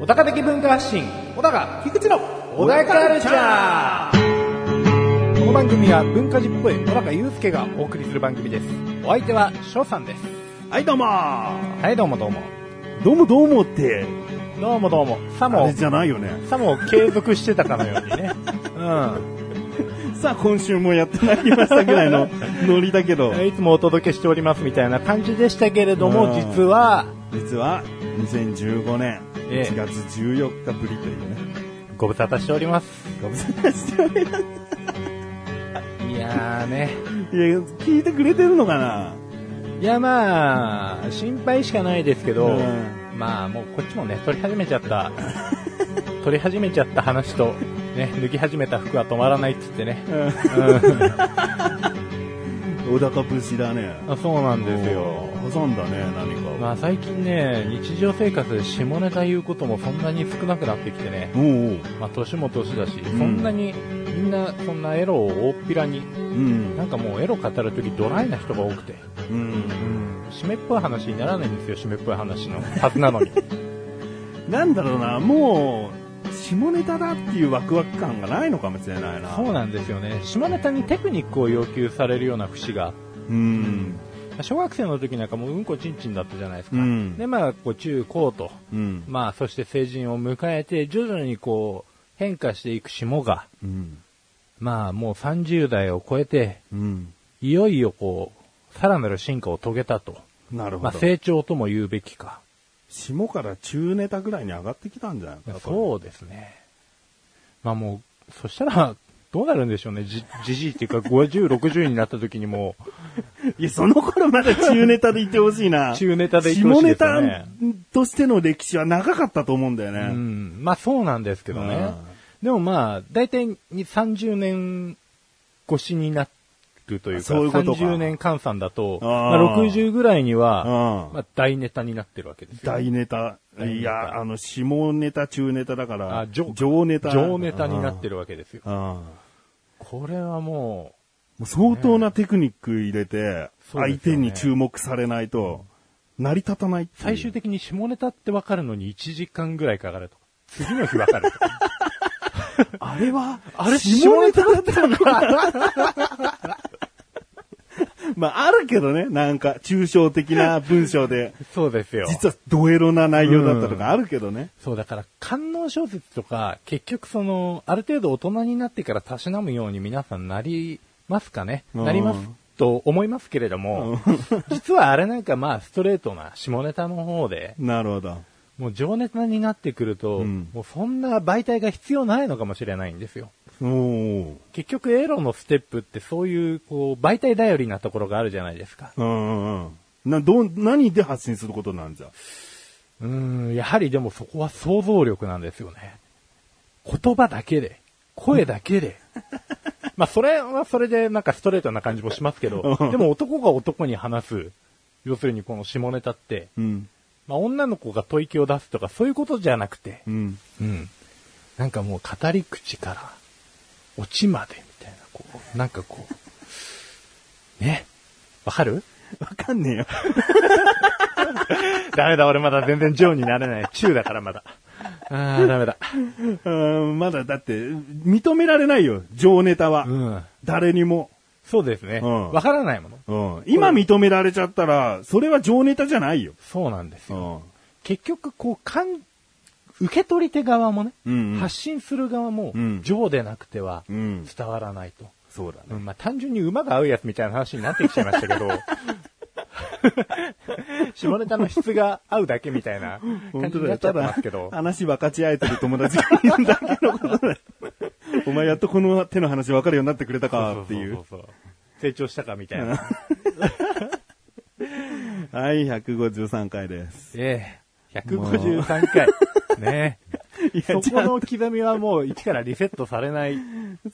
小高的文化発信、小高、菊池の小高カルチャーこの番組は文化人っぽい小高祐介がお送りする番組です。お相手は翔さんです。はい、どうもーはい、どうもどうも。どうもどうもって、どうもどうも。さあれも、じゃないよね。さも継続してたかのように ね。さあ、今週もやってまいりましたぐらいの ノリだけどう、ん。いつもお届けしておりますみたいな感じでしたけれどうも、ん実は、実は2015年ええ1月14日ぶりというね、ご無沙汰しております。ご無沙汰しております。いやーね。いや、聞いてくれてるのかないやまあ、心配しかないですけど、うんまあもうこっちもね、撮り始めちゃ った、撮り始めちゃった話と、ね、脱ぎ始めた服は止まらないっつってね。うん小高節だね。あそうなんですよ。挟んだね、何かを。まあ最近ね、日常生活で下ネタ言うこともそんなに少なくなってきてね、おうおう。まあ年も年だし、んそんなに、みんなそんなエロを大っぴらに、うん。なんかもうエロ語るときドライな人が多くて、うん。締めっぽい話にならないんですよ、締めっぽい話のはずなのに。なんだろうな、もう、下ネタだっていうワクワク感がないのかもしれないな。そうなんですよね。下ネタにテクニックを要求されるような節が、うん。小学生の時なんかもううんこちんちんだったじゃないですか。うんで、まあ、こう、中高と、うん。まあ、そして成人を迎えて、徐々にこう、変化していく下が、うん。まあ、もう30代を超えて、うん。いよいよこう、さらなる進化を遂げたと。なるまほあ、ど。成長とも言うべきか。下から中ネタぐらいに上がってきたんじゃないかそうですね。まあもう、そしたら、どうなるんでしょうね。じ、じじいっていうか、50、60になった時にもう、いや、その頃まだ中ネタでいてほしいな。 中ネタでいてほしいですよね下ネタとしての歴史は長かったと思うんだよね。うん、まあそうなんですけどうねん。でもまあ、大体に30年越しになるというか、そういうことか30年換算だと、あーまあ、60ぐらいには、うんまあ大ネタになってるわけですよ。大ネタ。大ネタいや、あの、下ネタ、中ネタだから、あ上上ネタ。上ネタになってるわけですよ。うん。うんこれはももう相当なテクニック入れて、そうです相よね手に注目されないと、成り立たないっていうう、最終的に下ネタってわかるのに1時間ぐらいかかるとか。次の日わかるとか。 あれは、あれ下ネタだったのかまあ、あるけどね、なんか、抽象的な文 章で、 そうですよ。実はドエロな内容だったとかあるけどね。そう、だから、官能小説とか、結局その、ある程度大人になってからたしなむように皆さんなりますかねうんなりますと思いますけれども、 実はあれなんかまあ、ストレートな下ネタの方で、なるほど。もう情ネタになってくると、うんもうそんな媒体が必要ないのかもしれないんですよ。おー結局、エロのステップってそういう、こう、媒体頼りなところがあるじゃないですか。うんうんうん。な、どう、何で発信することなんじゃ。うーん、やはりでもそこは想像力なんですよね。言葉だけで、声だけ で。まあ、それはそれでなんかストレートな感じもしますけど、うんでも男が男に話す、要するにこの下ネタって、うん。まあ、女の子が吐息を出すとかそういうことじゃなくて、うん。 うん。なんかもう語り口から、落ちまでみたいな、こう、なんかこう、ね。わかるわかんねえよ。 ダメだ、俺まだ全然上になれない。中だからまだ。ああ、ダメだ。うん、まだだって、認められないよ、情ネタは。うん。誰にも。そうですね。うんわ、からないもの。うん。今認められちゃったら、それは情ネタじゃないよ。そうなんですうよ。ん。結局、こう、かん、受け取り手側もね、うんうん発信する側もうん、情でなくては、うん伝わらないと。そうだね。うんまあ、単純に馬が合うやつみたいな話になってきちゃいましたけ ど、下ネタの質が合うだけみたいな 本感じ当にだなよ。っちゃったてまだすけど、、話分かち合えてる友達がいるだけのことだよ。お前やっとこの手の話分かるようになってくれたかっていうそ。そそそ成長したかみたい な。はい、153回です。ええ153回。ねえ。いそ や、じこゃあ の刻みはもう一からリセットされない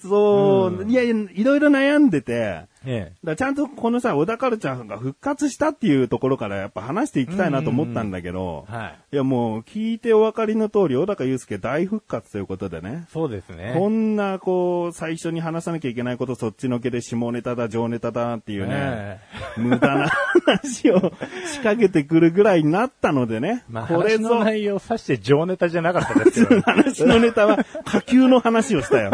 そう、いやいや、いろいろ悩んでて、ええ。だからちゃんとこのさ、小田カルチャーが復活したっていうところからやっぱ話していきたいなと思ったんだけど、うんうんうんはいやもう聞いてお分かりの通り、小高祐介大復活ということでね。そうですね。こんな、こう、最初に話さなきゃいけないことそっちのけで下ネタだ、上ネタだっていうね、え無駄な話を仕掛けてくるぐらいになったのでね、 まあ、これ話のぞ、内容さして情ネタじゃなかったですけど、話のネタは下級の話をしたよ。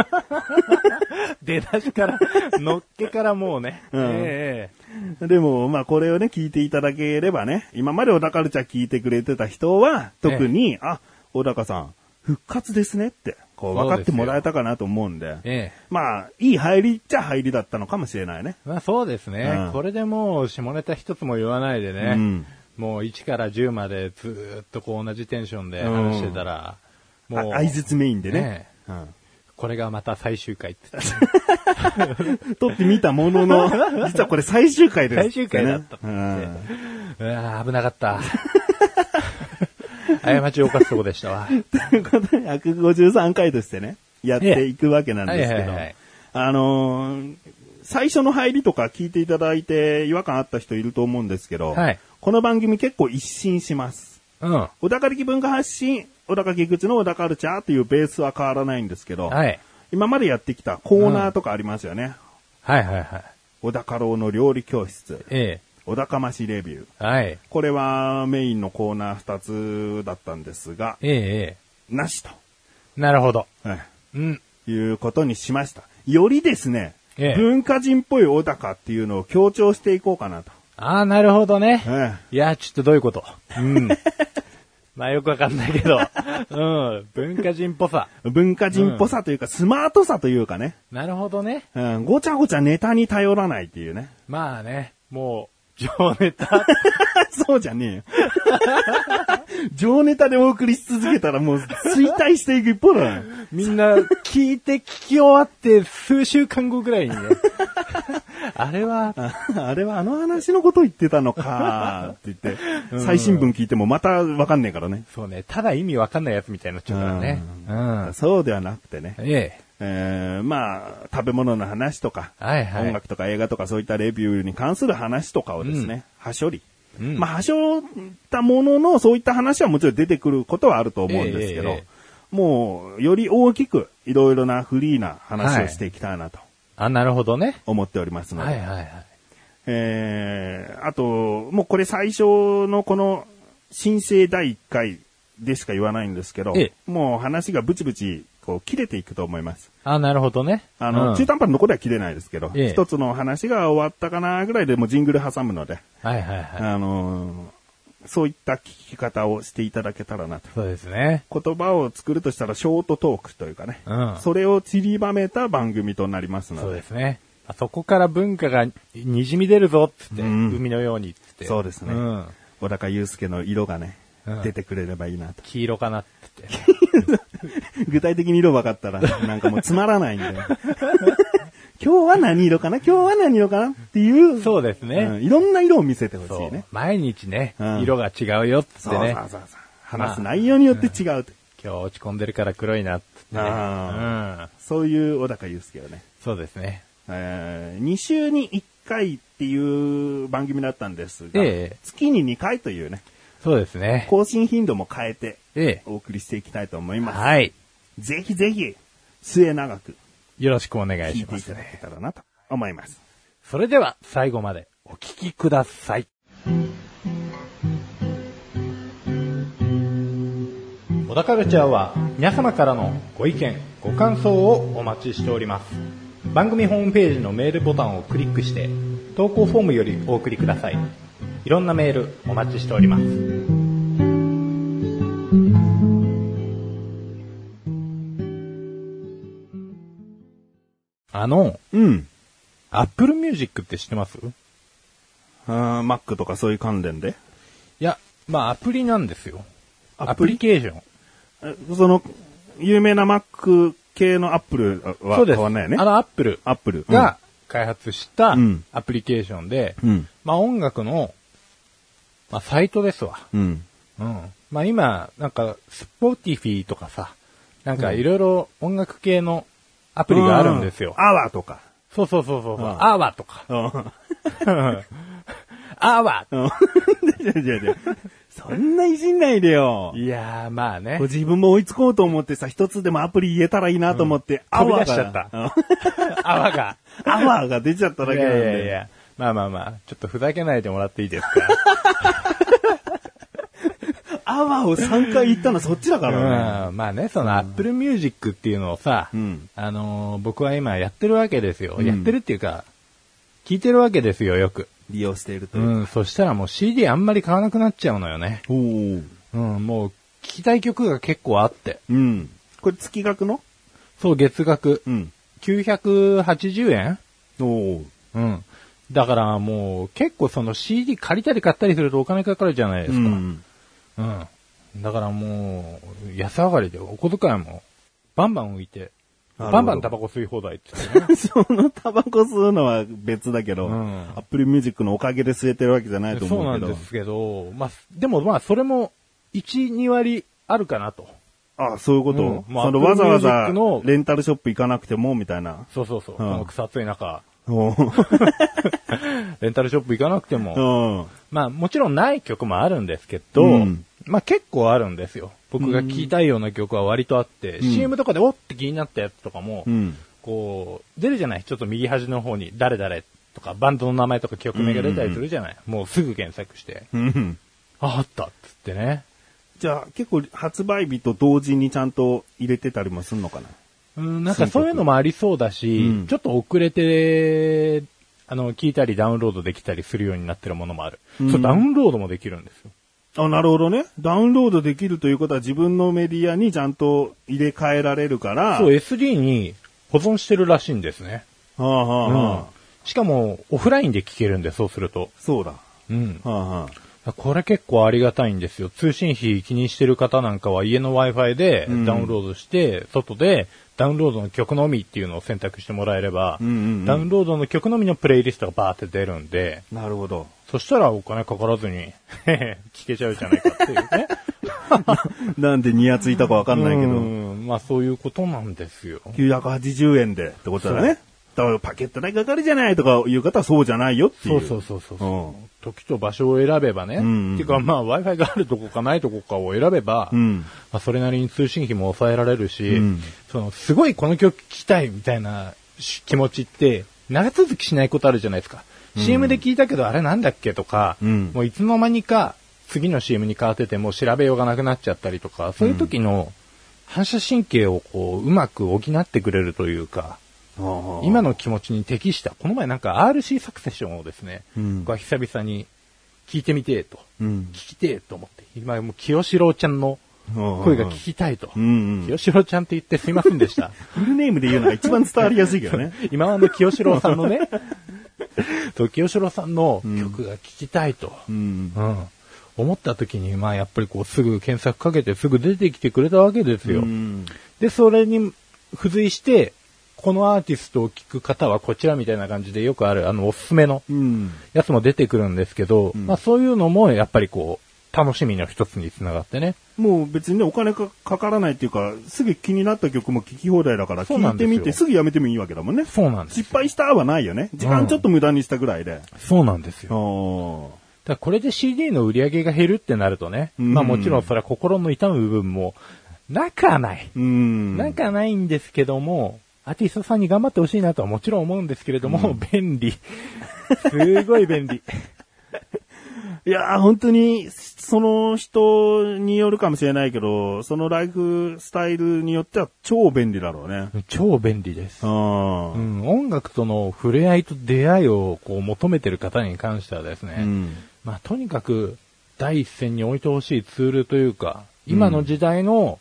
出だしから、のっけからもうね。うんえ でも、まあ、これをね、聞いていただければね、今まで小田カルチャー聞いてくれてた人は、特に、あ、小高さん、復活ですねって、こう、分かってもらえたかなと思うんで、えええまあ、いい入りっちゃ入りだったのかもしれないね。まあそうですね。うんこれでもう下ネタ一つも言わないでね。うんもう1から10までずーっとこう同じテンションで話してたら、あもう、相槌メインでねね。これがまた最終回って言って うん撮ってみたも のの、実はこれ最終回です、最終回だったってうんうわー危なかった。 過ちを犯すとこでしたわ。ということで、153回としてね、やっていくわけなんですけええはいどはいはい、あのー最初の入りとか聞いていただいて違和感あった人いると思うんですけど、はいこの番組結構一新します。うん。は小高力文化発信、小高菊池の小高カルチャーというベースは変わらないんですけい。ど、今までやってきたコーナーとかありますよね。はいはいはい。小高郎の料理教室、え小高ましレビュー。え。はい。これはメインのコーナー2つだったんですが、えええなしと。え。なるほど。はいうん。いうことにしました。よりですね、ええ文化人っぽい小高っていうのを強調していこうかなと。ああ、なるほどね。えいや、ちょっとどういうことうん。 まあよくわかんないけど。うん。文化人っぽさ。え文化人っぽさというか、スマートさというかね、なるほどね。うん、ごちゃごちゃネタに頼らないっていうね。まあね、もう、情ネタ。 そうじゃねえよ。 情ネタでお送りし続けたらもう衰退していく一方だよ。みんな聞いて聞き終わって数週間後ぐらいに ね。あれは、ああれはあの話のこと言ってたのかって言って、最新聞聞いてもまたわかんねえからね。そうね、ただ意味わかんないやつみたいになっちゃうからね。うん。そうではなくてね。ええ。えーまあ、食べ物の話とか、はいはい音楽とか映画とかそういったレビューに関する話とかをですね、はしょり。うんまあ、はしょったものの、そういった話はもちろん出てくることはあると思うんですけど、えええもう、より大きく、いろいろなフリーな話をしていきたいなとあ、なるほどね。思っておりますので、はいはいはい。えーあと、もうこれ最初のこの、申請第1回でしか言わないんですけど、えもう話がブチブチ、こう、切れていくと思います。あ、なるほどね。あの、うん中途半端のとこでは切れないですけど、ええ一つのお話が終わったかなぐらいでもうジングル挟むので、はいはいはい。あのーそういった聞き方をしていただけたらなと。そうですね。言葉を作るとしたらショートトークというかね、うんそれを散りばめた番組となりますのそうで、ですね。あそこから文化がにじみ出るぞっつって、うん海のようにっつって。そうですねん小高祐介の色がね、うん出てくれればいいなと。黄色かなっつって。具体的に色分かったら、なんかもうつまらないんで。 今日は何色かな今日は何色かなっていう、そうですね。うんいろんな色を見せてほしそいうね。毎日ね、うん色が違うよっつっそうてそうね。そうそう。話すまあ内容によって違うと。今日落ち込んでるから黒いなっつってね。あうん。そういう小高祐介をね、そうですね。え2週に1回っていう番組だったんですが、ええ月に2回というね、そうですね。更新頻度も変えてええ。お送りしていきたいと思います。はい。ぜひぜひ、末長くよろしくお願い聞いしてまいすただけね。たらなと思います。それでは最後までお聞きください。小田カルチャーは皆様からのご意見、ご感想をお待ちしております。番組ホームページのメールボタンをクリックして投稿フォームよりお送りください。いろんなメールお待ちしております。あの、うん。アップルミュージックって知ってますいあー Mac とかそういう関連で。や、まあアプリなんですよ。アアププリリケーション。えその、有名な Mac 系の Apple はそうで変す。わんないよね。あのアップル Apple が、開発したうんアプリケーションで、うんまあ音楽の、まあサイトですわ。うん。ううんん。まあ今、なんか、スポーティフィーとかさ、なんかいろいろ音楽系のアプリがあるんですよ。アワーとか。そうそうそうそう。うんアワーとか。うん。アワじゃじゃじゃそんないじんないでよー。。いやー、まあねこう。自分も追いつこうと思ってさ、一つでもアプリ言えたらいいなと思って、ア飛びワ出しーちゃがった。アワーが。うんアワーが出ちゃっただいけなんやいで。やいや。まあまあまあ、ちょっとふざけないでもらっていいですか。アワーを3回言ったのはそっちだからね。うんまあね、その Apple Music っていうのをさ、うんあのー僕は今やってるわけですよ。やってるっていうか、聞いてるわけですよ、よく。利用しているとういう。ん、そしたらもう CD あんまり買わなくなっちゃうのよね。おーうん、もう聞きたい曲が結構あって。うん。これ月額のそう、月額うん。 980円おーうん。だからもう結構その CD 借りたり買ったりするとお金かかるじゃないですか。うん。うん。だからもう、安上がりでお小遣いも、バンバン浮いて、なるほどバンバンタバコ吸い放題って言ってねそのタバコ吸うのは別だけど、うアんップルミュージックのおかげで吸えてるわけじゃないとそう思なうんけでど。すけど、まあ、でもまあ、それも、1、2割あるかなと。あ、そういうこと、うんまあそのわざわ Apple ざ Music のレンタルショップ行かなくてもみたいな。そうそうそう。んこの草暑い中、おー レンタルショップ行かなくても、うん。まあ、もちろんない曲もあるんですけど、うんまあ結構あるんですよ。僕が聴きたいような曲は割とあって、ん CM とかでおって気になったやつとかも、うん。こう、出るじゃないちょっと右端の方に、誰々とか、バンドの名前とか曲名が出たりするじゃない、もうすぐ検索して、うん。あ、あったっつってね。じゃあ結構発売日と同時にちゃんと入れてたりもすんのかなうん、なんかそういうのもありそうだし、うんちょっと遅れて、あの、聞いたりダウンロードできたりするようになってるものもある。うんそう、ダウンロードもできるんですよ。あ、なるほどね。ダウンロードできるということは自分のメディアにちゃんと入れ替えられるから。そう、SD に保存してるらしいんですね。はあはあはあうんしかも、オフラインで聞けるんで、そうすると。そうだ。はうん。あはあこれ結構ありがたいんですよ。通信費気にしてる方なんかは家の Wi-Fi でうんダウンロードして、外でダウンロードの曲のみっていうのを選択してもらえれば、うんうんうんダウンロードの曲のみのプレイリストがバーって出るんで、なるほど。そしたらお金かからずに、 へへ聞けちゃうじゃ ないかっていうね。なんでニヤついたかわかんないうけど。んまあそういうことなんですよ。 980円でってことだね。だからパケット代かかるじゃないとかいう方はそうじゃないよってい。そううそうそうそう。うん時と場所を選べばね。んうんうんっていうかまあ Wi-Fi があるとこかないとこかを選べば、うん。まあ、それなりに通信費も抑えられるし、うんそのすごいこの曲聴きたいみたいなし気持ちって、長続きしないことあるじゃないですか。CM で聞いたけど、あれなんだっけとか、うんもういつの間にか次の CM に変わっててもう調べようがなくなっちゃったりとか、そういう時の反射神経をこう、うまく補ってくれるというか、今の、の気持ちに適した、この前なんか RC サクセッションをですね、うん僕は久々に聞いてみてえと、うん。聞きてえと思って、今もう清志郎ちゃんの声が聞きたいと。うんうん。清志郎ちゃんって言ってすいませんで した。フルネームで言うのが一番伝わりやすいけどね。今はの清志郎さんの ね、そう、清志郎さんの曲が聴きたいと、 ううんん。思った時に、まあやっぱりこうすぐ検索かけてすぐ出てきてくれたわけですよ。うんで、それに付随して、このアーティストを聴く方はこちらみたいな感じでよくある、あの、おすすめのうん。やつも出てくるんですけど、んまあそういうのもやっぱりこう、楽しみの一つにつながってね。もう別にね、お金かかからないっていうか、すぐ気になった曲も聴き放題だから、そう聴ないんでてすよみてすぐやめてもいいわけだもんね。そうなんです。失敗したはないよね。時間ちょっと無駄にしたぐらいで。そうなんですよ。おだからこれで CD の売り上げが減るってなるとね、うんまあもちろんそれは心の痛む部分も、なくはない。うん。なくはないんですけども、アーティストさんに頑張ってほしいなとはもちろん思うんですけれども、便利。すごい便利。いやー、本当に、その人によるかもしれないけど、そのライフスタイルによっては超便利だろうね。 超便利ですう。ん。ううん。ん、音楽との触れ合いと出会いをこう求めてる方に関してはですね、まあとにかく第一線に置いてほしいツールというか、今の時代の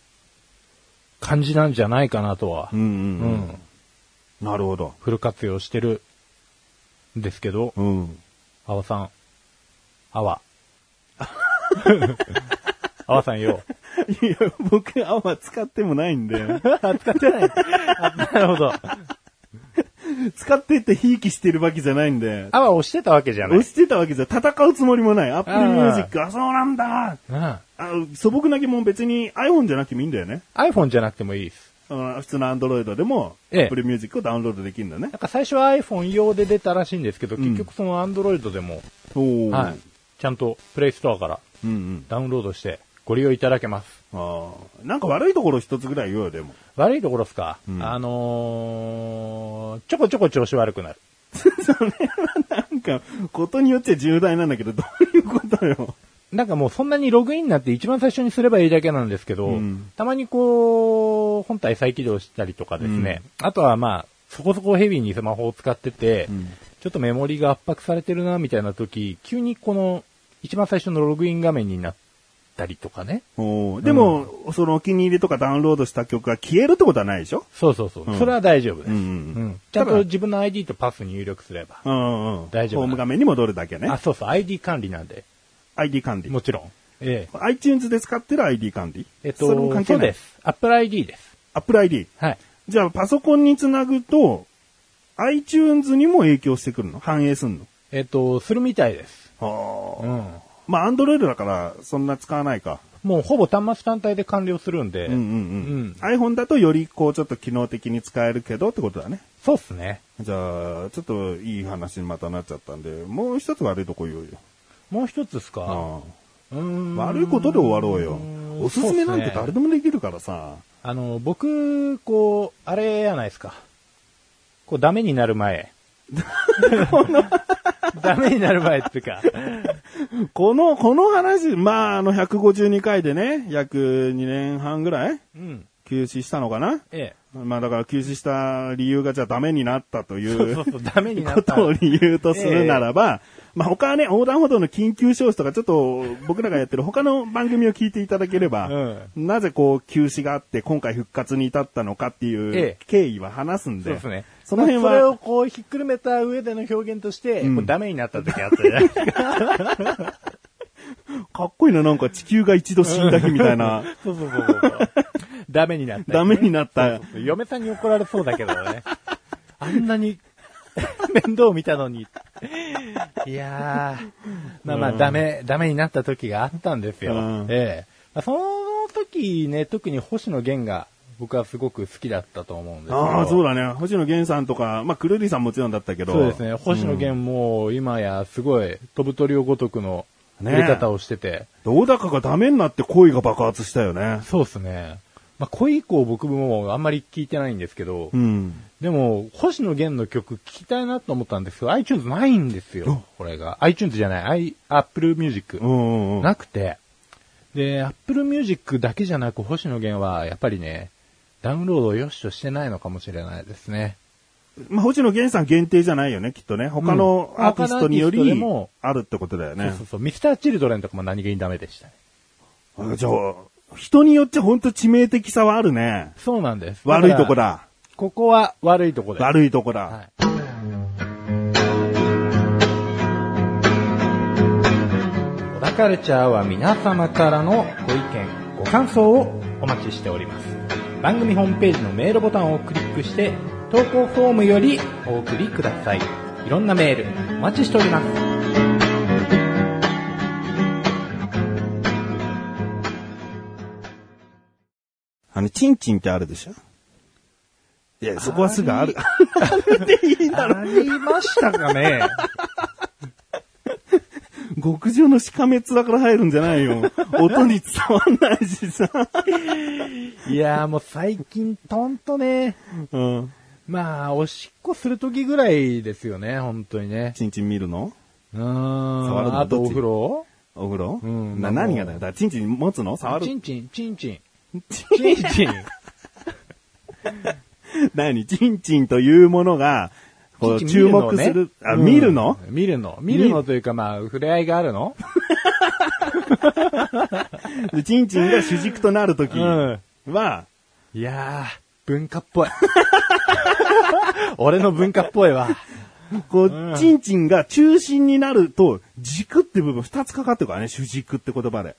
感じなんじゃないかなとは、うん。ううんん。なるほど。フル活用してるんですけど、うん。あわさん、あ わ。あわさんよ。いや、僕、あんま使ってもないんで。 使ってない。なるほど。使ってってひいきしてるわけじゃないんで。あわ押してたわけじゃない。押してたわけじゃ、戦うつもりもない。アップルミュージック、あ、そうなんだうんあ素朴な疑問別に iPhone じゃなくてもいいんだよね。 iPhone じゃなくてもいいです。うん普通のアンドロイドでも、ええ Apple Music をダウンロードできるんだねな。んか最初は iPhone 用で出たらしいんですけど、ん結局その Android でも、おーはい。ちゃんと Play Store からうんうん。ダウンロードしてご利用いただけます。ああ。なんか悪いところ一つぐらい言おうよ、でも。 悪いところですか、うんあのー、ちょこちょこ調子悪くなる。それはなんか、ことによっちゃ重大なんだけど、どういうことよ。なんかもうそんなにログインなんて一番最初にすればいいだけなんですけど、うんたまにこう、本体再起動したりとかですね、あとはまあ、そこそこヘビーにスマホを使ってて、んちょっとメモリが圧迫されてるな、みたいな時、急にこの、一番最初のログイン画面になったりとかね。おーでも、そのお気に入りとかダウンロードした曲が消えるってことはないでしょそうそうそう。うんそれは大丈夫です、うんうんうんちゃんと自分の ID とパス入力すれば。うんうん。大丈夫ホーム画面に戻るだけねあ、。そうそう、ID 管理なんで。 ID 管理も。ちろん。え iTunes で使ってる ID 管理え。えっそれもと、関そ係うない。で。す。Apple ID です。 Apple ID。はい。じゃあ、パソコンにつなぐと、iTunes にも影響してくるの反映すんのえっと、するみたいです。はうあ。ん。まあ、Android だから、そんな使わないか。もうほぼ端末単体で完了するんで、うんうんううんん。 iPhone だとより、こう、ちょっと機能的に使えるけどってことだね。そうっすね。じゃあ、ちょっといい話にまたなっちゃったんで、もう一つ悪いとこ言おうよ。もう一つっすか。ああうーん悪いことで終わろうよ。おすすめなんてそうっ誰すねでもできるからさ。あの、僕、こう、あれやないですか。こう、ダメになる前。 ダメになる前っていうか。この、この話、まあ、あの、152回でね、約2年半ぐらいうん。休止したのかなええ。まあだから休止した理由がじゃあダメになったといそううそうそう、ダメになこった。とを理由とするならば、まあ他はね、横断歩道の緊急消費とかちょっと僕らがやってる他の番組を聞いていただければ、なぜこう休止があって今回復活に至ったのかっていうええ経緯は話すんそうで、ですね。その辺それはをこうひっくるめた上での表現として、んこうダメになった時あったじゃない ですか。かっこいいな、なんか地球が一度死んだ日みたいな、そうそうそうそう。ダメになった、 ダメになっそうたそうそう 嫁さんに怒られそうだけどね。 あんなに 面倒見たのに。いやー。まあまあ、ダメ、ダメになった時があったんですよ。うんええまあその時ね、特に星野源が僕はすごく好きだったと思うんですよ。ああ、そうだ。だね。星野源さんとか、まあ、くるりさんもちろんだったけど。そうですね。星野源も今やすごい飛ぶ鳥をごとくのね入れ方をしてて。どうだかがダメになって恋が爆発したよね。そうですね。まあ、恋以降僕もあんまり聞いてないんですけど、うん。でも、星野源の曲聴きたいなと思ったんですけど、iTunes ないんですよ。これが。iTunes じゃない、i、Apple Music う。んうんうん。なくて。で、Apple Music だけじゃなく、星野源は、やっぱりね、ダウンロードを良しとしてないのかもしれないですね。まあ、星野源さん限定じゃないよね、きっとね。他のうんアーティストによ他のアーティストでりも、あるってことだよそねうそう。そう。Mr.Children とかも何気にダメでしたね。あじゃあ、人によってほんと致命的さはあるね。そうなんです。悪いとこだかだ。ら。ここは悪いとこです。悪いとこだ。はい。小田カルチャーは皆様からのご意見、ご感想をお待ちしております。番組ホームページのメールボタンをクリックして、投稿フォームよりお送りください。いろんなメール、お待ちしております。あの、チンチンってあるでしょいや、そこはすぐある。ありましたかね極上のしかめ面から入るんじゃな いよ。音に伝わんないしさ。 いやーもう最近とんとね、うん。まあ、おしっこするときぐらいですよね、本当にね。チンチン見るのうーん。触るのあとどっちお風呂お風呂うんな、まあ何がだよ。だからチンチン持つの触るチンチン、チンチン。チンチン。何チンチンというものが、こう、注目する。あ、見るの、 見るの。見るのというか、まあ、触れ合いがあるのでチンチンが主軸となるときはん、いやー、文化っぽい。 俺の文化っぽいわ。うこう、んチンチンが中心になると、軸って部分二つかかってるからね、主軸って言葉で。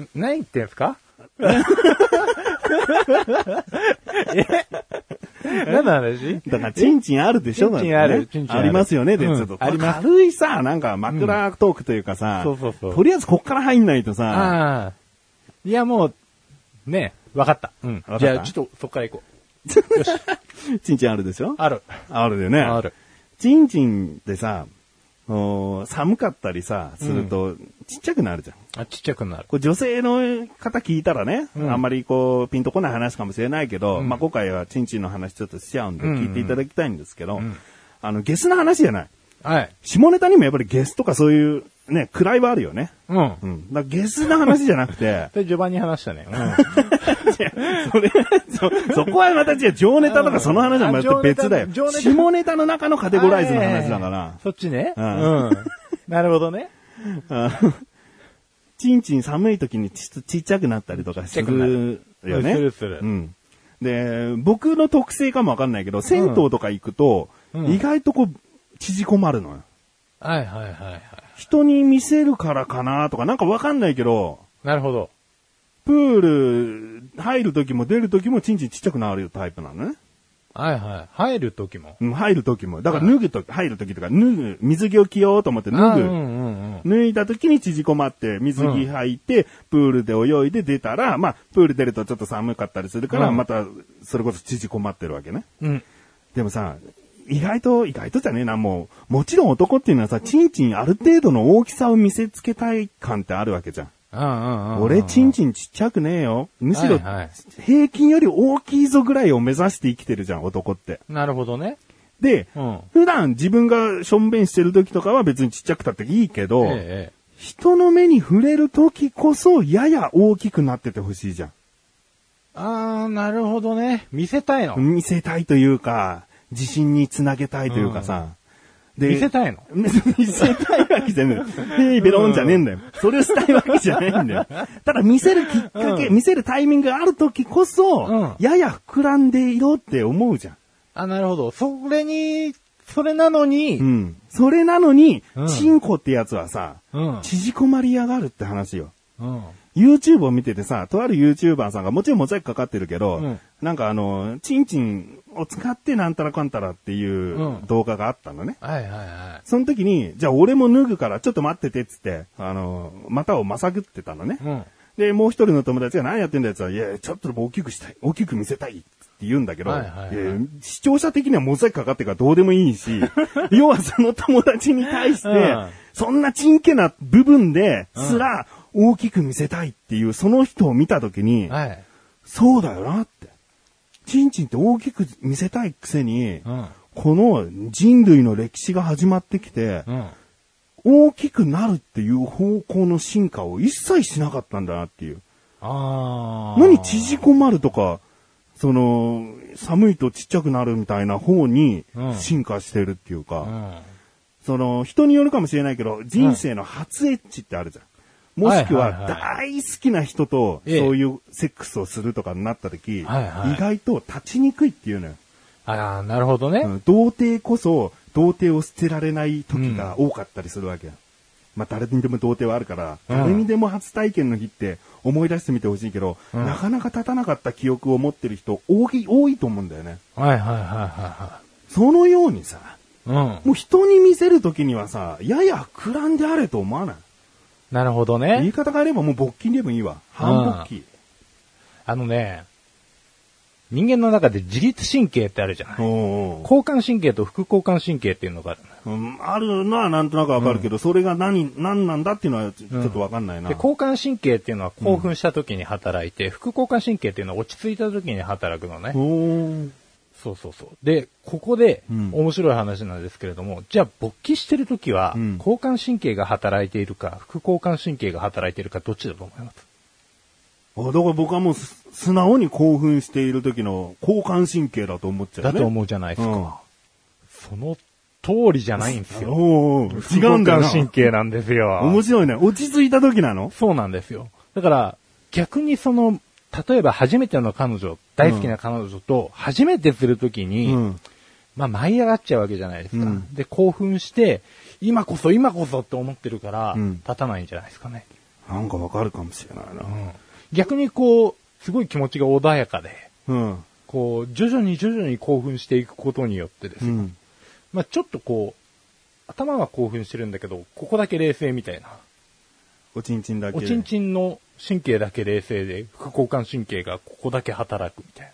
ん何言ってんす かえ何の話だから、チンチンあるでしょチンチンあるなんかチねンチンあるありますよね、で、ちうんょっと。あります軽いさ、なんか枕トークというかさ、うんそうそうそうとりあえずこっから入んないとさ、ああ。いや、もう、ね、わかった。うんわかったじゃあ、ちょっと、そっから行こう。よし。チンチンあるでしょある。あるよね。ある。チンチンってさ、お寒かったりさ、すると、ちっちゃくなるじゃん。あ、ちっちゃくなる。こう女性の方聞いたらね、うんあんまりこう、ピンとこない話かもしれないけど、うんまあ今回はチンチンの話ちょっとしちゃうんで、うんうん聞いていただきたいんですけど、んあの、ゲスな話じゃない。はい。下ネタにもやっぱりゲスとかそういう、ね、位はあるよね。うん。で、うん。だからゲスな話じゃなくて 序盤に話したね。うん。いやそれ、そ、そこはまた違う、情ネタとかその話はまた別だよあ情ネ。タ下ネタの中のカテゴライズの話だから。そっちね。ううんん。なるほど ね。うん ちんちん寒い時にちっちっちゃくなったりとかするよね。するするうん。で、僕の特性かもわかんないけど、銭湯とか行くと、うん意外とこう、縮こまるのよ。はいはいはいはい。人に見せるからかなとか、なんかわかんないけど、なるほど。プール入る時も出る時もちんちんちっちゃくなるタイプなのね。はいはい。入る時も。うん入る時も。だから脱ぐとき、入る時とか、脱ぐ、水着を着ようと思って脱ぐ。あうんうんうん。脱いだ時に縮こまって、水着履いて、プールで泳いで出たら、まあ、プール出るとちょっと寒かったりするから、うんまた、それこそ縮こまってるわけね。うん。でもさ、意外と、意外とじゃねえな、もう、もちろん男っていうのはさ、チンチンある程度の大きさを見せつけたい感ってあるわけじゃん。うんうんうん。俺、チンチンちっちゃくねえよ。むしろはいはい、平均より大きいぞぐらいを目指して生きてるじゃん、男って。なるほどね。で、うん。普段自分がしょんべんしてる時とかは別にちっちゃくたっていいけど、ええ。人の目に触れる時こそやや大きくなっててほしいじゃあー、なるほどね。見せたいの。ん。見せたいというか、自信につなげたいというかさ。で見せたいの。見せたいわけじゃねえ。ヘイベロンじゃねえんだよ。それをしたいわけじゃないんだよ。ただ見せるきっかけ、見せるタイミングがある時こそ、うんやや膨らんでいろって思うじゃん。あ、なるほど。それに、それなのに、うん。それなのに、うんチンコってやつはさ、うん縮こまりやがるって話よ。うん。 YouTube を見ててさ、とある YouTuber さんがもちろんモザイクかかってるけど、うんなんかあの、チンチンを使ってなんたらかんたらっていううん動画があったのね。はいはいはその時に、じゃあ俺も脱ぐからちょっと待っててっつって、あの、股をまさぐってたのねい。。うん。で、もう一人の友達が何やってんだやつは、いや、ちょっと大きくしたい、大きく見せたいって言うんだけど、はいはいはいや視聴者的にはモザイクかかってるからどうでもい いし、要はその友達に対して、うんそんなちんけな部分ですら大きく見せたいっていう、その人を見たときに、はい。そうだよなって。ちんちんって大きく見せたいくせに、うん。この人類の歴史が始まってきて、うん。大きくなるっていう方向の進化を一切しなかったんだなっていう。あー。何縮こまるとか、その、寒いとちっちゃくなるみたいな方にうん進化してるっていうか、うん。その、人によるかもしれないけど、人生の初エッチってあるじゃん。もしくはいはいはは大好きな人とそうええいうセックスをするとかになった時、はいはい意外と立ちにくいっていうのよ。あー、なるほどね。うん童貞こそ、童貞を捨てられない時が多かったりするわけだ。まあ、誰にでも童貞はあるから、うん誰にでも初体験の日って思い出してみてほしいけど、うんなかなか立たなかった記憶を持ってる人、多い、多いと思うんだよね。はいはいはいはそのようにさ、いはい。うん。もう人に見せる時にはさ、やや膨らんであれと思わないなるほど言いね。方があればもう勃起でもいいわ。半勃起。あのね、人間の中で自律神経ってあるじゃない。おうお交感神経と副交感神経っていうのがあるのよううんあるのはなんとなくわかるけど、それが何、何なんだっていうのはちょちょっとわかんないな。で、交感神経っていうのは興奮した時に働いて、副交感神経っていうのは落ち着いた時に働くのね。おーそうそうそう。で、ここでうん、面白い話なんですけれども、じゃあ勃起してる時は、うん交感神経が働いているか、副交感神経が働いているか、どっちだと思いますあだから僕はもうす素直に興奮している時の交感神経だと思っちゃうね。だと思うじゃないですか。その通りじゃないんですうん。よ。おうおう違副う交んだ感よな。神経なんですよ面。白いね。落ち着いた時なのそうなんですよ。だから、逆にその、例えば初めての彼女、大好きな彼女と初めてするときうに、ん。まあ舞い上がっちゃうわけじゃないですか。うんで、興奮して、今こそ今こそって思ってるから、うん立たないんじゃないですかね。なんかわかるかもしれないな。逆にこう、すごい気持ちが穏やかで、うん。こう、徐々に徐々に興奮していくことによってですうね、ん。まあちょっとこう、頭は興奮してるんだけど、ここだけ冷静みたいな。おちんちんだけ。おちんちんの神経だけ冷静で、副交感神経がここだけ働くみたい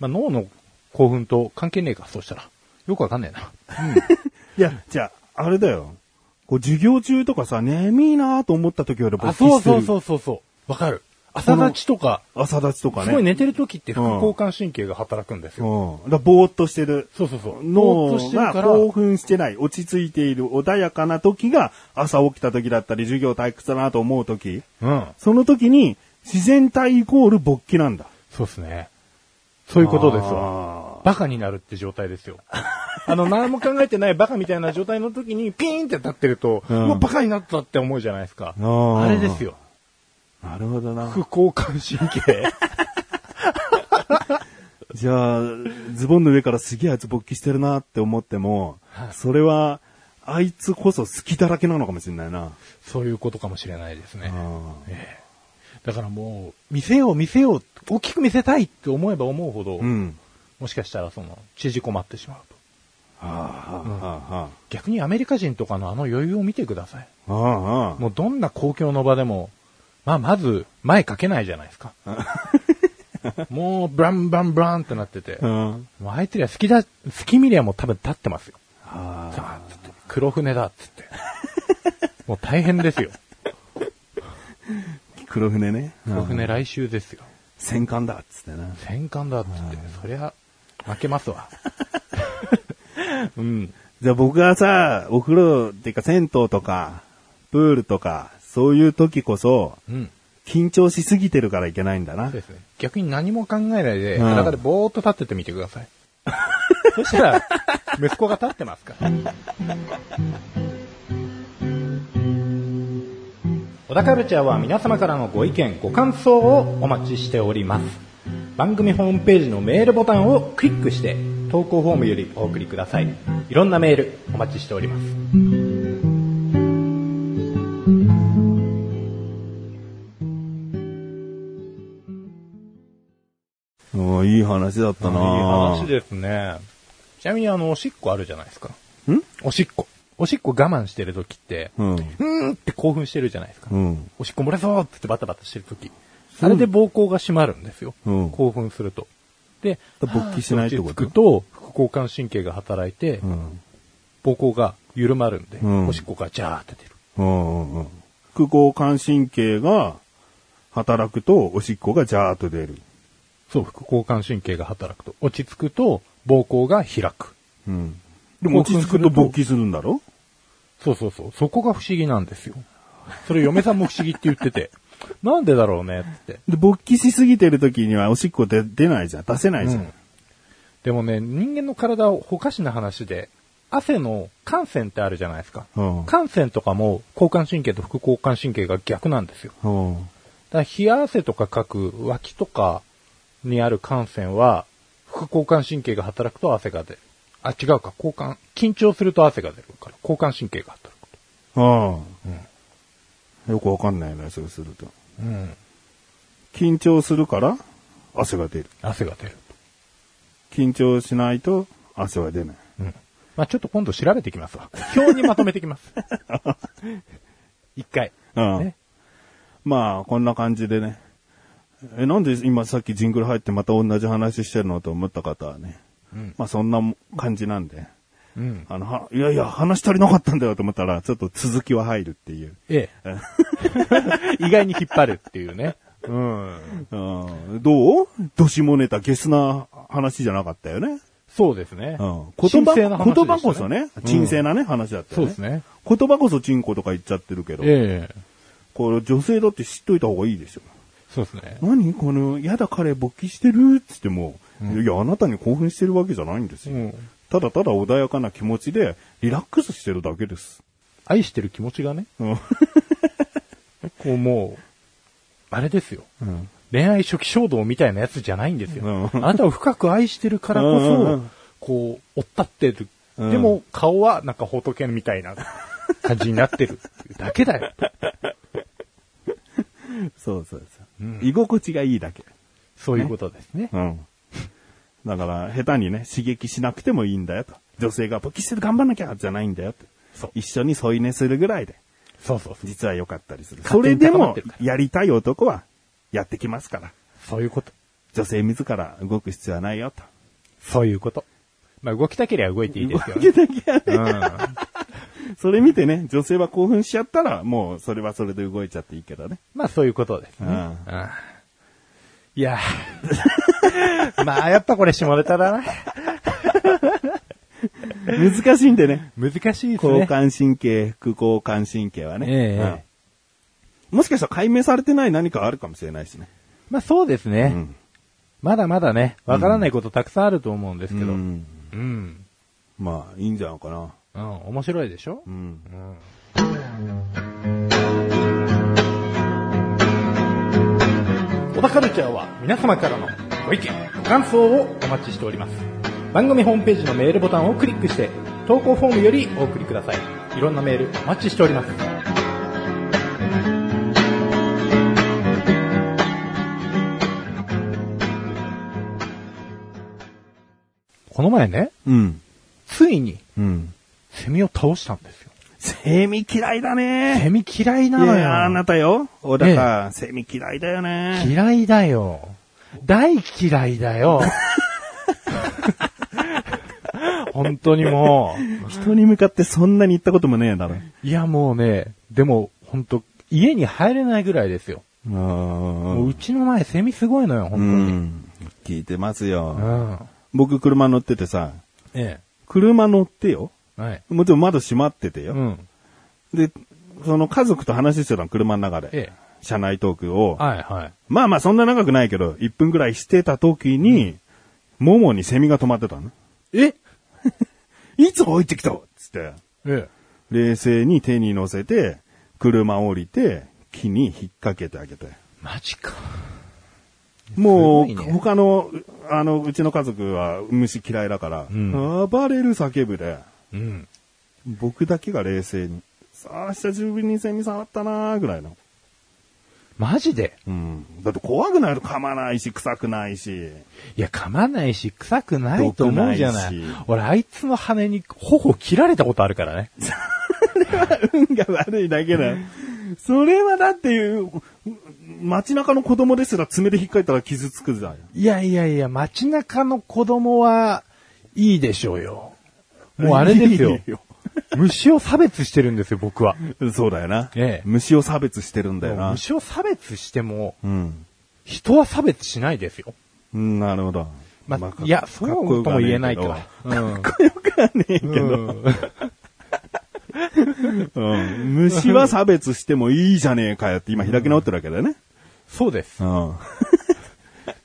な。まあ、脳の興奮と関係ねえか、そうしたら。よくわかんねえな。いや、じゃあ、あれだよ。こう、授業中とかさ、眠いなーと思った時より あ、勃起そうしてそうる。そうそうそう。わかる。朝立ちとか、朝立ちとかね。すごい寝てる時って副交感神経が働くんですうよ。ん。だからぼーっとしてる。そうそうそう。ぼー脳っとしてるかがら、興奮してない、落ち着いている、穏やかな時が、朝起きた時だったり、授業退屈だなと思う時。うん。その時に、自然体イコール勃起なんだ。そうですね。そういうことですあわ。バカになるって状態ですよ。 あの、何も考えてないバカみたいな状態の時にピーンって立ってると、うんうわ、バカになったって思うじゃないですか。あーあれですよ。なるほどな。副交感神経。じゃあ、ズボンの上からすげえあいつ勃起してるなって思ってもは、いそれは、あいつこそ好きだらけなのかもしれないな。 そういうことかもしれないですね。あーだからもう、見せよう見せよう、大きく見せたいって思えば思うほど、うん。もしかしたらその、縮こまってしまうと。はあ、は逆にアメリカ人とかのあの余裕を見てください。あ、はあ、はあ、はもうどんな公共の場でも、まあまず、前かけないじゃないです か。もう、ブランブランブランってなっててあ、う、ん。もうあいつら好きだ、好き見りゃもう多分立ってますよ。はあ、さあ、つって、黒船だ、つって。もう大変ですよ。黒船ね。黒船うん来週ですよ。戦艦だっつってな。戦艦だ、つって。そりゃ、負けますわ。 うん。じゃあ僕がさ、お風呂っていうか銭湯とか、プールとか、そういう時こそ、うん。緊張しすぎてるからいけないんだそなう。ですね。逆に何も考えないで、うん裸でぼーっと立っててみてくだ さい。そしたら、息子が立ってますから。小田カルチャーは皆様からのご意見、ご感想をお待ちしております。番組ホームページのメールボタンをクリックして、投稿フォームよりお送りください。いろんなメールお待ちしております。おーいい話だったな。いい話ですね。ちなみにあの、おしっこあるじゃないですか。んおしっこ。おしっこ我慢してる時って、うんうーんって興奮してるじゃないですか。うん。おしっこ漏れそうってバタバタしてる時。あれで膀胱が締まるんですよ。うん興奮すると。で、だから勃起しないってことはー落ち着くと、副交感神経が働いて、うん。膀胱が緩まるんで、うんおしっこがジャーって出る。うんうんうん。副交感神経が働くと、おしっこがジャーッと出る。そう、副交感神経が働くと。落ち着くと、膀胱が開く。うん。でも落ち着くと勃起するんだろそうそうそう。そこが不思議なんですよ。それ嫁さんも不思議って言ってて。なんでだろうねって。で、勃起しすぎてる時にはおしっこで出ないじゃん。出せないじゃん。うんでもね、人間の体をおかしな話で、汗の汗腺ってあるじゃないですか。うん汗腺とかも交感神経と副交感神経が逆なんですよ。うん。だから冷や汗とかかく脇とかにある汗腺は、副交感神経が働くと汗が出る。あ、違うか、交感、緊張すると汗が出るから、交感神経が働くと。うん。よくわかんないね、そうすると。うん。緊張するから、汗が出る。汗が出る緊張しないと、汗は出ない。と。うん。まあちょっと今度調べてきますわ。表にまとめてき ます。一回。うんね。まあ、こんな感じでね。え、なんで今さっきジングル入ってまた同じ話してるのと思った方はね。うん。まあ、そんなも感じなんで。うん。あの、はいやいや、話足りなかったんだよと思ったら、ちょっと続きは入るっていう。え え。意外に引っ張るっていうね。うん。うん、どうどしもネタ、ゲスな話じゃなかったよね。そうですね。うん、言葉、神聖な話でしたね言葉こそね、沈静なね、話だったよそうね。ですね。言葉こそチンコとか言っちゃってるけど、ええ。これ女性だって知っといた方がいいでしょ。そうですね。何この、やだ彼勃起してるっつっても、いや、あなたに興奮してるわけじゃないんですよ。うんただただ穏やかな気持ちで、リラックスしてるだけです。愛してる気持ちがね、 うん。こうもう、あれですよ。うん恋愛初期衝動みたいなやつじゃないんですよ。うんあなたを深く愛してるからこうんうんうそん、こう、追ったってる。うんでも、顔はなんか仏みたいな感じになってるっていうだけだよ。そうそうそう、うん居心地がいいだけ。そういうことですね。うん。だから、下手にね、刺激しなくてもいいんだよと。女性が勃起してる頑張んなきゃじゃないんだよと。そう一緒に添い寝するぐらいで。そうそうそう。実は良かったりする。そ勝手れにで高まっもてるから、やりたい男は、やってきますから。そういうこと。女性自ら動く必要はないよと。そういうこと。まあ、動きたければ動いていいですよ、ね。動けなきゃねうん。 それ見てね、女性は興奮しちゃったら、もうそれはそれで動いちゃっていいけどね。まあ、そういうことですね。うんうんいや ーまあ、やっぱこれ下ネタだな。難しいんで ね。難しいです交ね。感神経、副交感神経はね、ええうんもしかしたら解明されてない何かあるかもしれないしね。まあ、そうですね。うんまだまだね、わからないことたくさんあると思うんですけど。ううん。んうん。まあ、いいんじゃないかな。面白いでしょうん。うん。小田カルチャーは皆様からのご意見、ご感想をお待ちしております。番組ホームページのメールボタンをクリックして、投稿フォームよりお送りください。いろんなメールお待ちしております。この前ね、うん。ついにうん。セミを倒したんですよ。セミ嫌いだね。セミ嫌いないのやあよ。なたよ。小高、セミ嫌いだよね。嫌いだよ。大嫌いだよ。本当にも人に向かってそんなに言ったこともねえだろ。う。いやもうね、でも本当家に入れないぐらいですよ。ああ。もううちの前セミすごいのよ、う本ん。聞いてます当よ。に。うん。僕車乗っててさ、え車乗ってよ。え。はい。もちろん窓閉まっててうよ。ん。で、その家族と話してたの、車の中で。ええ車内トークを。はいはい。まあまあ、そんな長くないけど、1分ぐらいしてた時に、ももにセミが止まってたの。えいつ置いてきたつって、え冷静に手に乗せて、車降りて、木に引っ掛けてあげて。マジか。もう、すごいね他の、あの、うちの家族は虫嫌いだから、ん暴れる叫ぶで、うん。僕だけが冷静に、さあ、久しぶりにセミ触ったなーぐらいの。マジでうん。だって怖くないと噛まないし、臭くないし。いや、噛まないし、臭くないと思うじゃない。毒ないし俺、あいつの羽に頬切られたことあるからね。運が悪いだけだよ。それはだっていう、街中の子供ですら爪で引っかいたら傷つくじゃん。いやいやいや、街中の子供は、いいでしょうよ。もうあれですよい。いよ虫を差別してるんですよ、僕は。そうだよな、ええ虫を差別してるんだよな。虫を差別しても、うん。人は差別しないですよ。うんなるほど。ままああ、かいや、そうとも言えないけどかっ。うん。こよくはねえけど。うん虫は差別してもいいじゃねえかよって今開き直ってるわけだよね。そうですう。ん。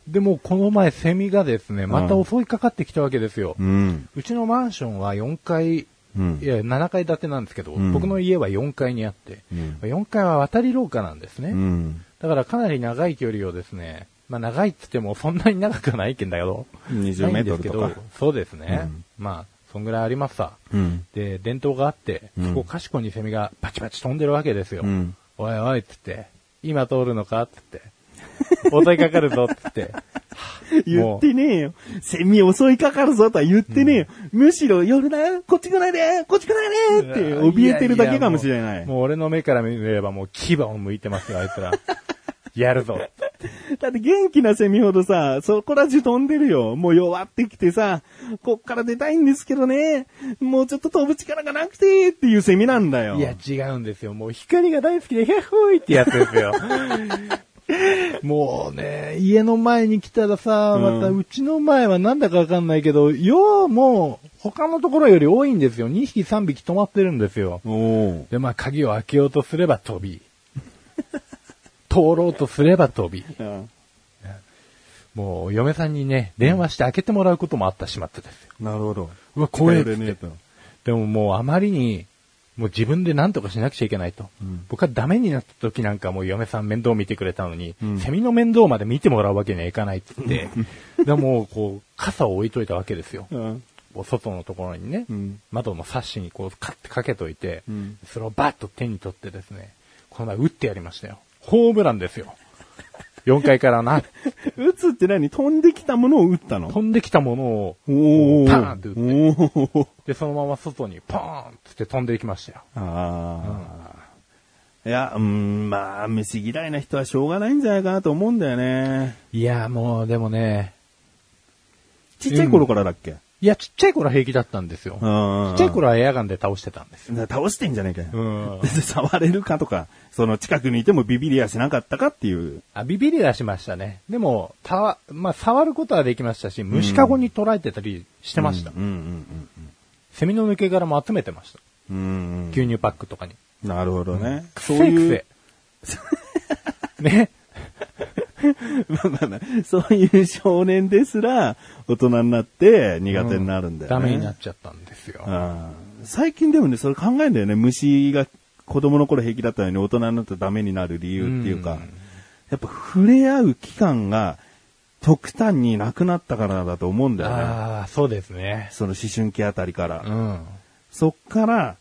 でも、この前、セミがですね、また襲いかかってきたわけですよう。ん。うちのマンションは4階、うんいや、7階建てなんですけど、ん僕の家は4階にあって、うん4階は渡り廊下なんですね。うん。だからかなり長い距離をですね、まあ長いっつってもそんなに長くはないけんだけど、 20ないんですけメどートルとかそうですね。うんまあ、そんぐらいありますさ。うん。で、伝統があって、うんそこかしこにセミがバチバチ飛んでるわけですよ。うんおいおいっつって、今通るのかっつって、 襲いかかるぞっつって、言ってねえよ。セミ襲いかかるぞとは言ってねえよ。むしろ夜だよ、こっち来ないで、こっち来ないでって怯えてるだけかもしれない。ややもうもう俺の目から見ればもう牙を向いてますよ、あいつら。やるぞ。だって元気なセミほどさ、そこら中飛んでるよ。もう弱ってきてさ、こっから出たいんですけどね、もうちょっと飛ぶ力がなくてっていうセミなんだよ。いや、違うんですよ。もう光が大好きで、ヒャッホーイってやつです よ。もうね、家の前に来たらさ、うんまたうちの前はなんだかわかんないけど、ようもう他のところより多いんですよ。2匹3匹止まってるんですよ。おお。で、まあ鍵を開けようとすれば飛 び。通ろうとすれば飛び。うんもう嫁さんにね、電話して開けてもらうこともあったしまってですよ。なるほど。うわ、怖えっつでっねてえ。と。でももうあまりに、もう自分で何とかしなくちゃいけないと。僕はダメになった時なんかもう嫁さん面倒見てくれたのに、うんセミの面倒まで見てもらうわけにはいかないって言って、でもうこう、傘を置いといたわけですよ。うん。お外のところにね、うん窓のサッシにこう、カッてかけといて、うんそれをバッと手に取ってですね、この前打ってやりましたよ。ホームランですよ。4階から な、撃つって何飛んできたものを撃ったの飛んできたものを、おーパーンって撃っておーで、そのまま外にポーンって飛んでいきましたよ。あいや、うーん、まあ、虫嫌いな人はしょうがないんじゃないかなと思うんだよね。いや、もう、でもね、ちっちゃい頃からだっけ、うん、いや、ちっちゃい頃は平気だったんですよ。ちっちゃい頃はエアガンで倒してたんですよ。倒してんじゃねえかよ。うんで触れるかとか、その近くにいてもビビりやしなかったかっていう。あ、ビビり出しましたね。でも、たわ、まあ、触ることはできましたし、虫かごに捕らえてたりしてました。うんうんセミの抜け殻も集めてました。うんうん。牛乳パックとかに。うん、なるほどね。くせえくせえ。ね。まあまあまあそういう少年ですら、大人になって苦手になるんだよね。ダメになっちゃったんですよ。あー最近でもね、それ考えんだよね。虫が子供の頃平気だったのに大人になってダメになる理由っていうか、うんやっぱ触れ合う期間が極端になくなったからだと思うんだよね。ああ、そうですね。その思春期あたりから。うん。そっから、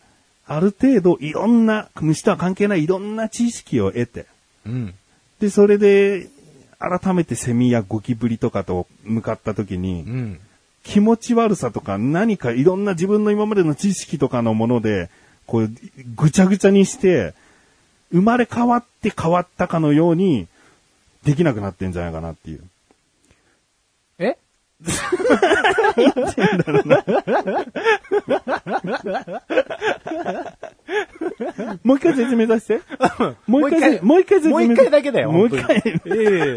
ある程度いろんな、虫とは関係ないいろんな知識を得て、うん。で、それで、改めてセミやゴキブリとかと向かった時に、うん。気持ち悪さとか何かいろんな自分の今までの知識とかのもので、こう、ぐちゃぐちゃにして、生まれ変わって変わったかのように、できなくなってんじゃないかなっていう。えもう一回説明出 して。もう一回、ももうう一回一回説明もう一回だけだよもう一回。ええ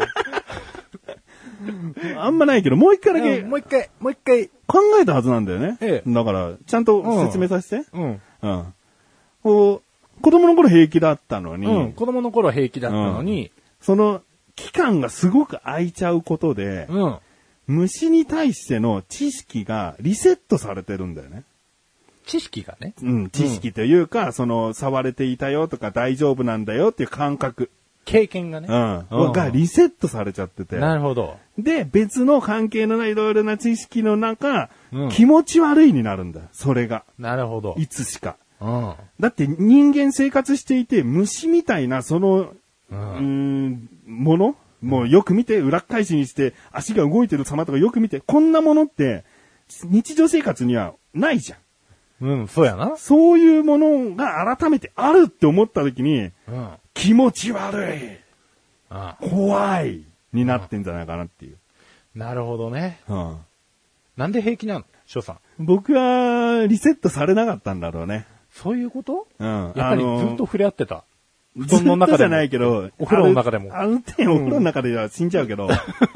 あんまないけど、もう一回だけうんもう一回、もう一回。考えたはずなんだよね。ええだから、ちゃんと説明させて。うん。うん。こう、子供の頃平気だったのに、うん。子供の頃は平気だったのに、その期間がすごく空いちゃうことで、うん。虫に対しての知識がリセットされてるんだよね。知識がね。うん、知識というか、その、触れていたよとか大丈夫なんだよっていう感覚、経験がね。うん、うんがリセットされちゃってて。なるほど。で、別の関係のないいろいろな知識の中、うん気持ち悪いになるんだよ。それが。なるほど。いつしか。うん。だって人間生活していて虫みたいなその、ううんーん、ものもうよく見て裏返しにして足が動いてる様とかよく見て、こんなものって日常生活にはないじゃん。うん、そうやな。そういうものが改めてあるって思った時にうん。気持ち悪いあ怖いになってんじゃないかなっていう。なるほどね。うんなんで平気なの翔さん。僕はリセットされなかったんだろうね。そういうことうん。やっぱりあのずっと触れ合ってた。布ずっ団の中とじでゃも。ないけど、お風呂の中でもあるある程度お風呂の中では死んじゃう けど、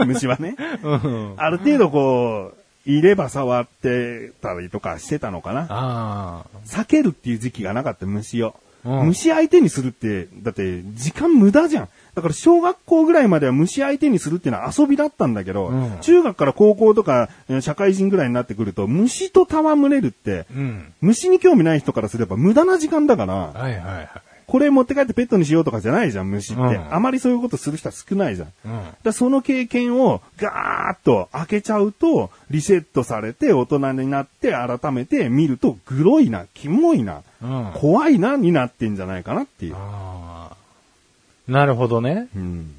虫はね。うん。ある程度こう、いれば触ってたりとかしてたのかな。あ避けるっていう時期がなかった虫を。うん虫相手にするって、だって時間無駄じゃん。だから小学校ぐらいまでは虫相手にするっていうのは遊びだったんだけど、うん中学から高校とかえー社会人ぐらいになってくると虫と戯れるってあ。、うん。虫に興味ない人からすれば無駄な時間だから、はいはいはい。これ持って帰ってペットにしようとかじゃないじゃん、虫って。うんあまりそういうことする人は少ないじゃん。うだかん。らその経験をガーッと開けちゃうと、リセットされて大人になって改めて見ると、グロいな、キモいな、うん怖いなになってんじゃないかなっていう。ああ。なるほどね。うん。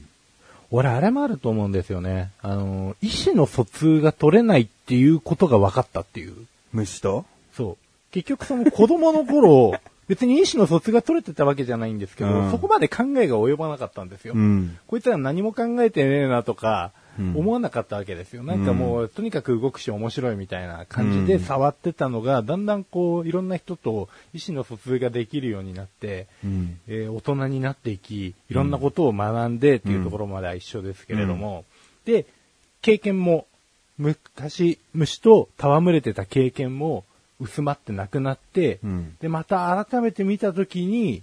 俺、あれもあると思うんですよね。あの、意思の疎通が取れないっていうことが分かったっていう。虫とそう。結局その子供の頃、 別に意思の疎通が取れてたわけじゃないんですけど、うんそこまで考えが及ばなかったんですよ。うん。こいつら何も考えてねえなとか、うん思わなかったわけですよ。なんかもう、とにかく動くし面白いみたいな感じでうん触ってたのが、だんだんこう、いろんな人と意思の疎通ができるようになって、うん。えー大人になっていき、いろんなことを学んでっていうところまでは一緒ですけれども、で、経験も、昔、虫と戯れてた経験も薄まってなくなって、うんで、また改めて見たときに、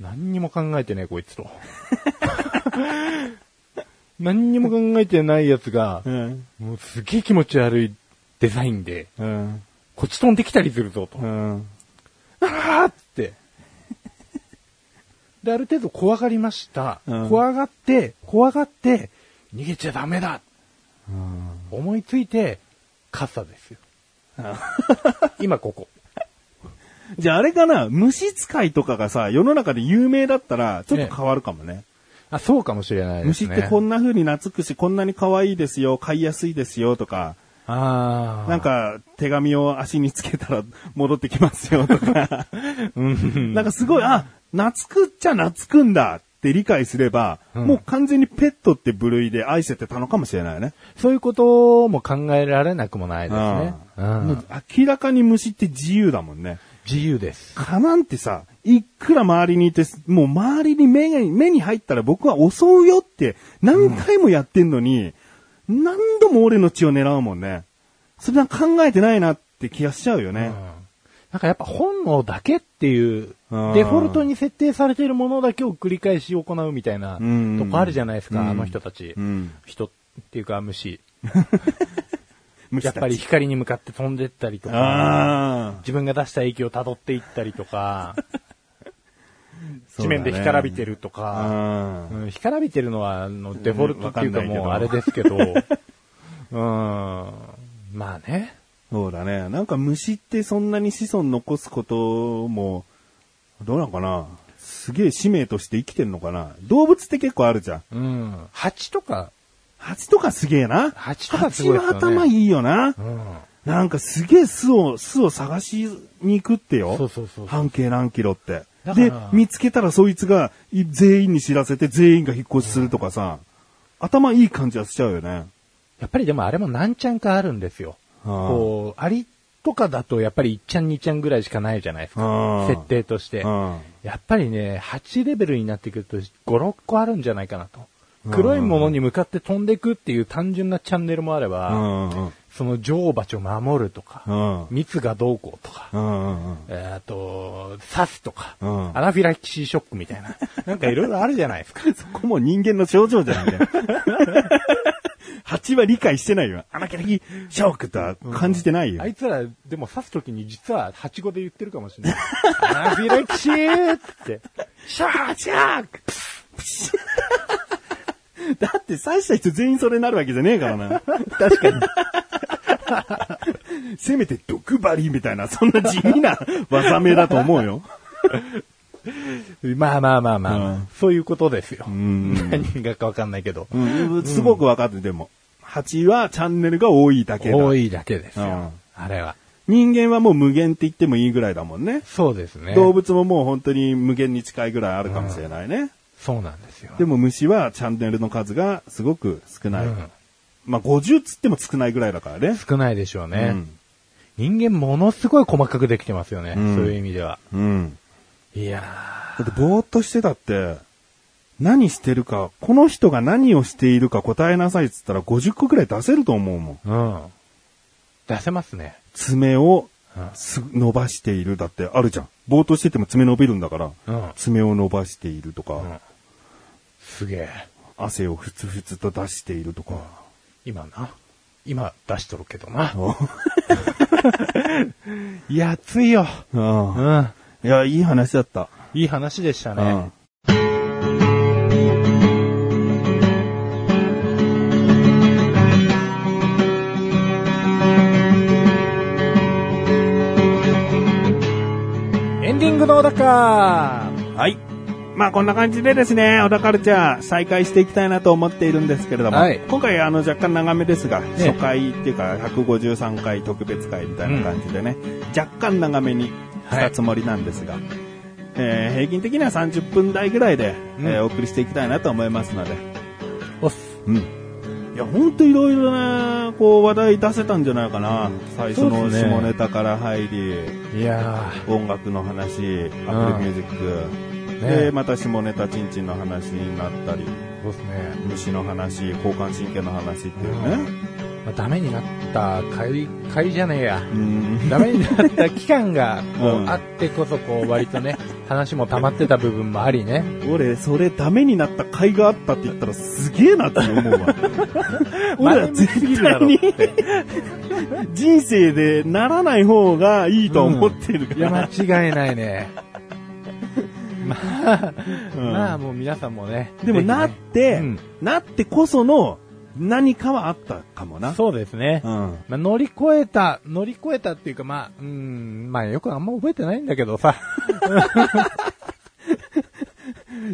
何にも考えてねえ、こいつ と。何にも考えてないやつがう、ん。もうすげえ気持ち悪いデザインで、うん。こっち飛んできたりするぞとう。ん。あーって。で、ある程度怖がりました。うん怖がって、怖がって、逃げちゃダメだ思いついて、傘ですよ。 今ここ。じゃああれかな、虫使いとかがさ、世の中で有名だったら、ちょっと変わるかもね。あ、そうかもしれないです虫ね。ってこんんな風に懐くし、こんなに可愛いですよ、飼いやすいですよとか、あああ。なん、か、手紙を足につけたら 戻ってきますよと か、うん。なんかすごい、あ、懐くっちゃ懐くんだって理解すれば、うんもう完全にペットって部類で愛せてたのかもしれないね。そういうことも考えられなくもないですね。うもんう。明らかに虫って自由だもんね。自由です。蚊なんてさ、いくら周りにいて、もう周りに目が目に入ったら僕は襲うよって何回もやってんのに、何度も俺の血を狙うもんね。それは考えてないなって気がしちゃうようねん。なんかやっぱ本能だけっていう、うんデフォルトに設定されているものだけを繰り返し行うみたいなうんとこあるじゃないですか、うんあの人たち。うん人っていうか虫。虫やったちぱり光に向かって飛んでったりとか、ああ。自分が出した息を辿っていったりと か、地面で干からびてる。るとうか、ん。うん、干からびてるのは、あの、デフォルトっていうかうんわかんないけどもうあれですけど、うん、まあね。そうだね。なんか虫ってそんなに子孫残すことも、どうなのかなすげえ使命として生きてんのかな動物って結構あるじゃん。うん。蜂とか、蜂とかすげえな。蜂とかすごいっすよね蜂は頭いいよなう。ん。なんかすげえ巣を、巣を探しに行くってよ。そうそうそう半径何キロって。だからで、見つけたらそいつがい全員に知らせて全員が引っ越しするとかさ、頭いい感じはしちゃうよね。やっぱりでもあれも何ちゃんかあるんですよ。あーこう、アリとかだとやっぱり1ちゃん2ちゃんぐらいしかないじゃないですあかー。設定としてう。ん。やっぱりね、8レベルになってくると5、6個あるんじゃないかなとう。ん黒いものに向かって飛んでくっていう単純なチャンネルもあれうば、んうん。その女王蜂を守るとうか、ん。うん蜜がどうこうとか、うんうん。えーあと、刺すとか、うんアナフィラキシーショックみたいな、なんかいろいろあるじゃないです か。そこも人間の症状じゃんね。蜂は理解してないよ。アナキラキショックとは感じてないよ。あいつら、でも刺すときに実は、ハチ語で言ってるかもしれない。アナフィラキシーって。シャーシャープス だって刺した人全員それになるわけじゃねえからな。確かに。せめて毒針みたいな、そんな地味な技名だと思うよ。まあまあまあまあまあ、うんそういうことですよ。ん何がかわかんないけど。うん、すごく分かってても。蜂はチャンネルが多いだけだ。多いだけですよ、うんあれは。人間はもう無限って言ってもいいぐらいだもんね。そうですね。動物ももう本当に無限に近いぐらいあるかもしれないね。そうなんですよ。でも虫はチャンネルの数がすごく少ない。うんまあ50つっても少ないぐらいだからね。少ないでしょうね、うん人間ものすごい細かくできてますよね。んそういう意味では。うん。いやだってぼーっとしてたって、何してるか、この人が何をしているか答えなさいっつったら50個ぐらい出せると思うもん。ー。うん。出せますね。爪をうんす伸ばしているだってあるじゃん。ぼーっとしてても爪伸びるんだから、うん爪を伸ばしているとか、うんすげえ。汗をふつふつと出しているとか。今な。今出しとるけどな。あ いや、暑いよ。うあん。いや、いい話だった。いい話でしたうねん。エンディングの小高はい。まあこんな感じでですね、小田カルチャー再開していきたいなと思っているんですけれども、はい今回あの若干長めですが、ええ初回っていうか153回特別会みたいな感じでね、若干長めにしたつもりなんですが、えー平均的には30分台ぐらいで、うんえーお送りしていきたいなと思いますので、おっす。うん。いや、ほんといろいろな、こう話題出せたんじゃないかな。最初そうのですね下ネタから入り、いや音楽の話、アップルミュージック、ねで、また下ネタチンチンの話になったり、ー、そうですね。虫の話、交感神経の話っていうね。まあ、ダメになった会、会じゃねえや。うん。ダメになった期間がこううんあってこそこう割とね、話も溜まってた部分もありね。俺、それダメになった甲斐があったって言ったらすげえなって 思うわ。俺ら絶対に前向きすぎるだろって 人生でならない方がいいと思ってるかいや、ら。間違いないね。まあ、う んまあもう皆さんもね。でもぜひねなって、うんなってこその何かはあったかもな。そうですね。うん。まあ、乗り越えた、乗り越えたっていうかまあ、うん、まあよくあんま覚えてないんだけどさ。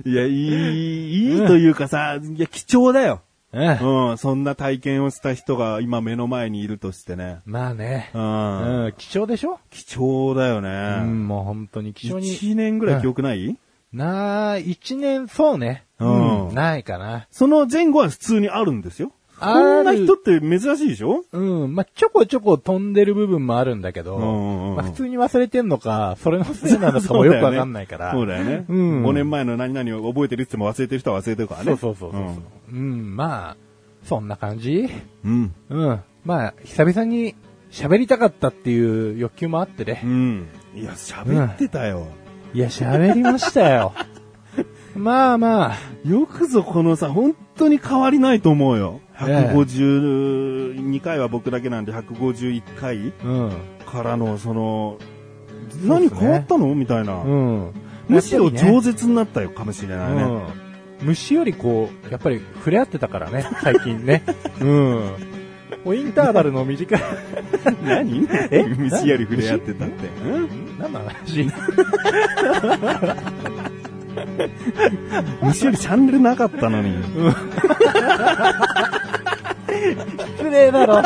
いや、いい、いいというかさ、いや、貴重だよ。うん。 うん、そんな体験をした人が今目の前にいるとしてね。まあねう。ん。うん、貴重でしょ貴重だようね。ん、もう本当に貴重に。一年ぐらい記憶ない、なあ、一年、そうね。うんないかな。その前後は普通にあるんですよ。あこるんな人って珍しいでしょうん、まあ、ちょこちょこ飛んでる部分もあるんだけど、うんうんうんまあ、普通に忘れてんのか、それのせいなのかもよくわかんないから。そうだよね。うん5年前の何々を覚えてるって言っても忘れてる人は忘れてるからそね。うそうそうそう。んうん、まあ、そんな感じうん。うん。まあ、久々に喋りたかったっていう欲求もあってうね。ん。いや、喋ってたよ。いや、喋りましたよ。 まあまあ、よくぞこのさ、本当に変わりないと思うよ。ええ152回は僕だけなんで、151回うん。からの、その、う何っすね変わったのみたいな。うん。むしろ上饒舌になったよ、かもしれないね。うん。虫よりこう、やっぱり触れ合ってたから ね、最近ね。うん。もうインターバルの短い、何 え虫より触れ合ってたって。うん 何の話虫よりチャンネルなかったのに。失礼だろ。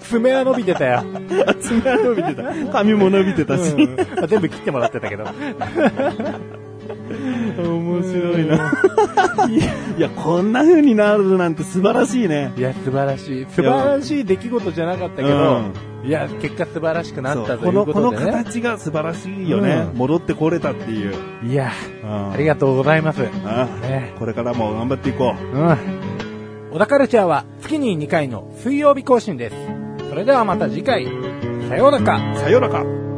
爪は伸びてたよ。爪が伸びてた。髪も伸びてたし。うん全部切ってもらってたけど。面白いな。いや、こんな風になるなんて素晴らしいね。いや、素晴らしい。素晴らしい出来事じゃなかったけど、いや、結果素晴らしくなったとこいうの、こことのでね。形が素晴らしいよね。うん戻ってこれたっていう。いや、あありがとうございます。とうん。ねこれからも頑張っていこう。うん。小田カルチャーは月に2回の水曜日更新です。それではまた次回、さようなら。さようなら。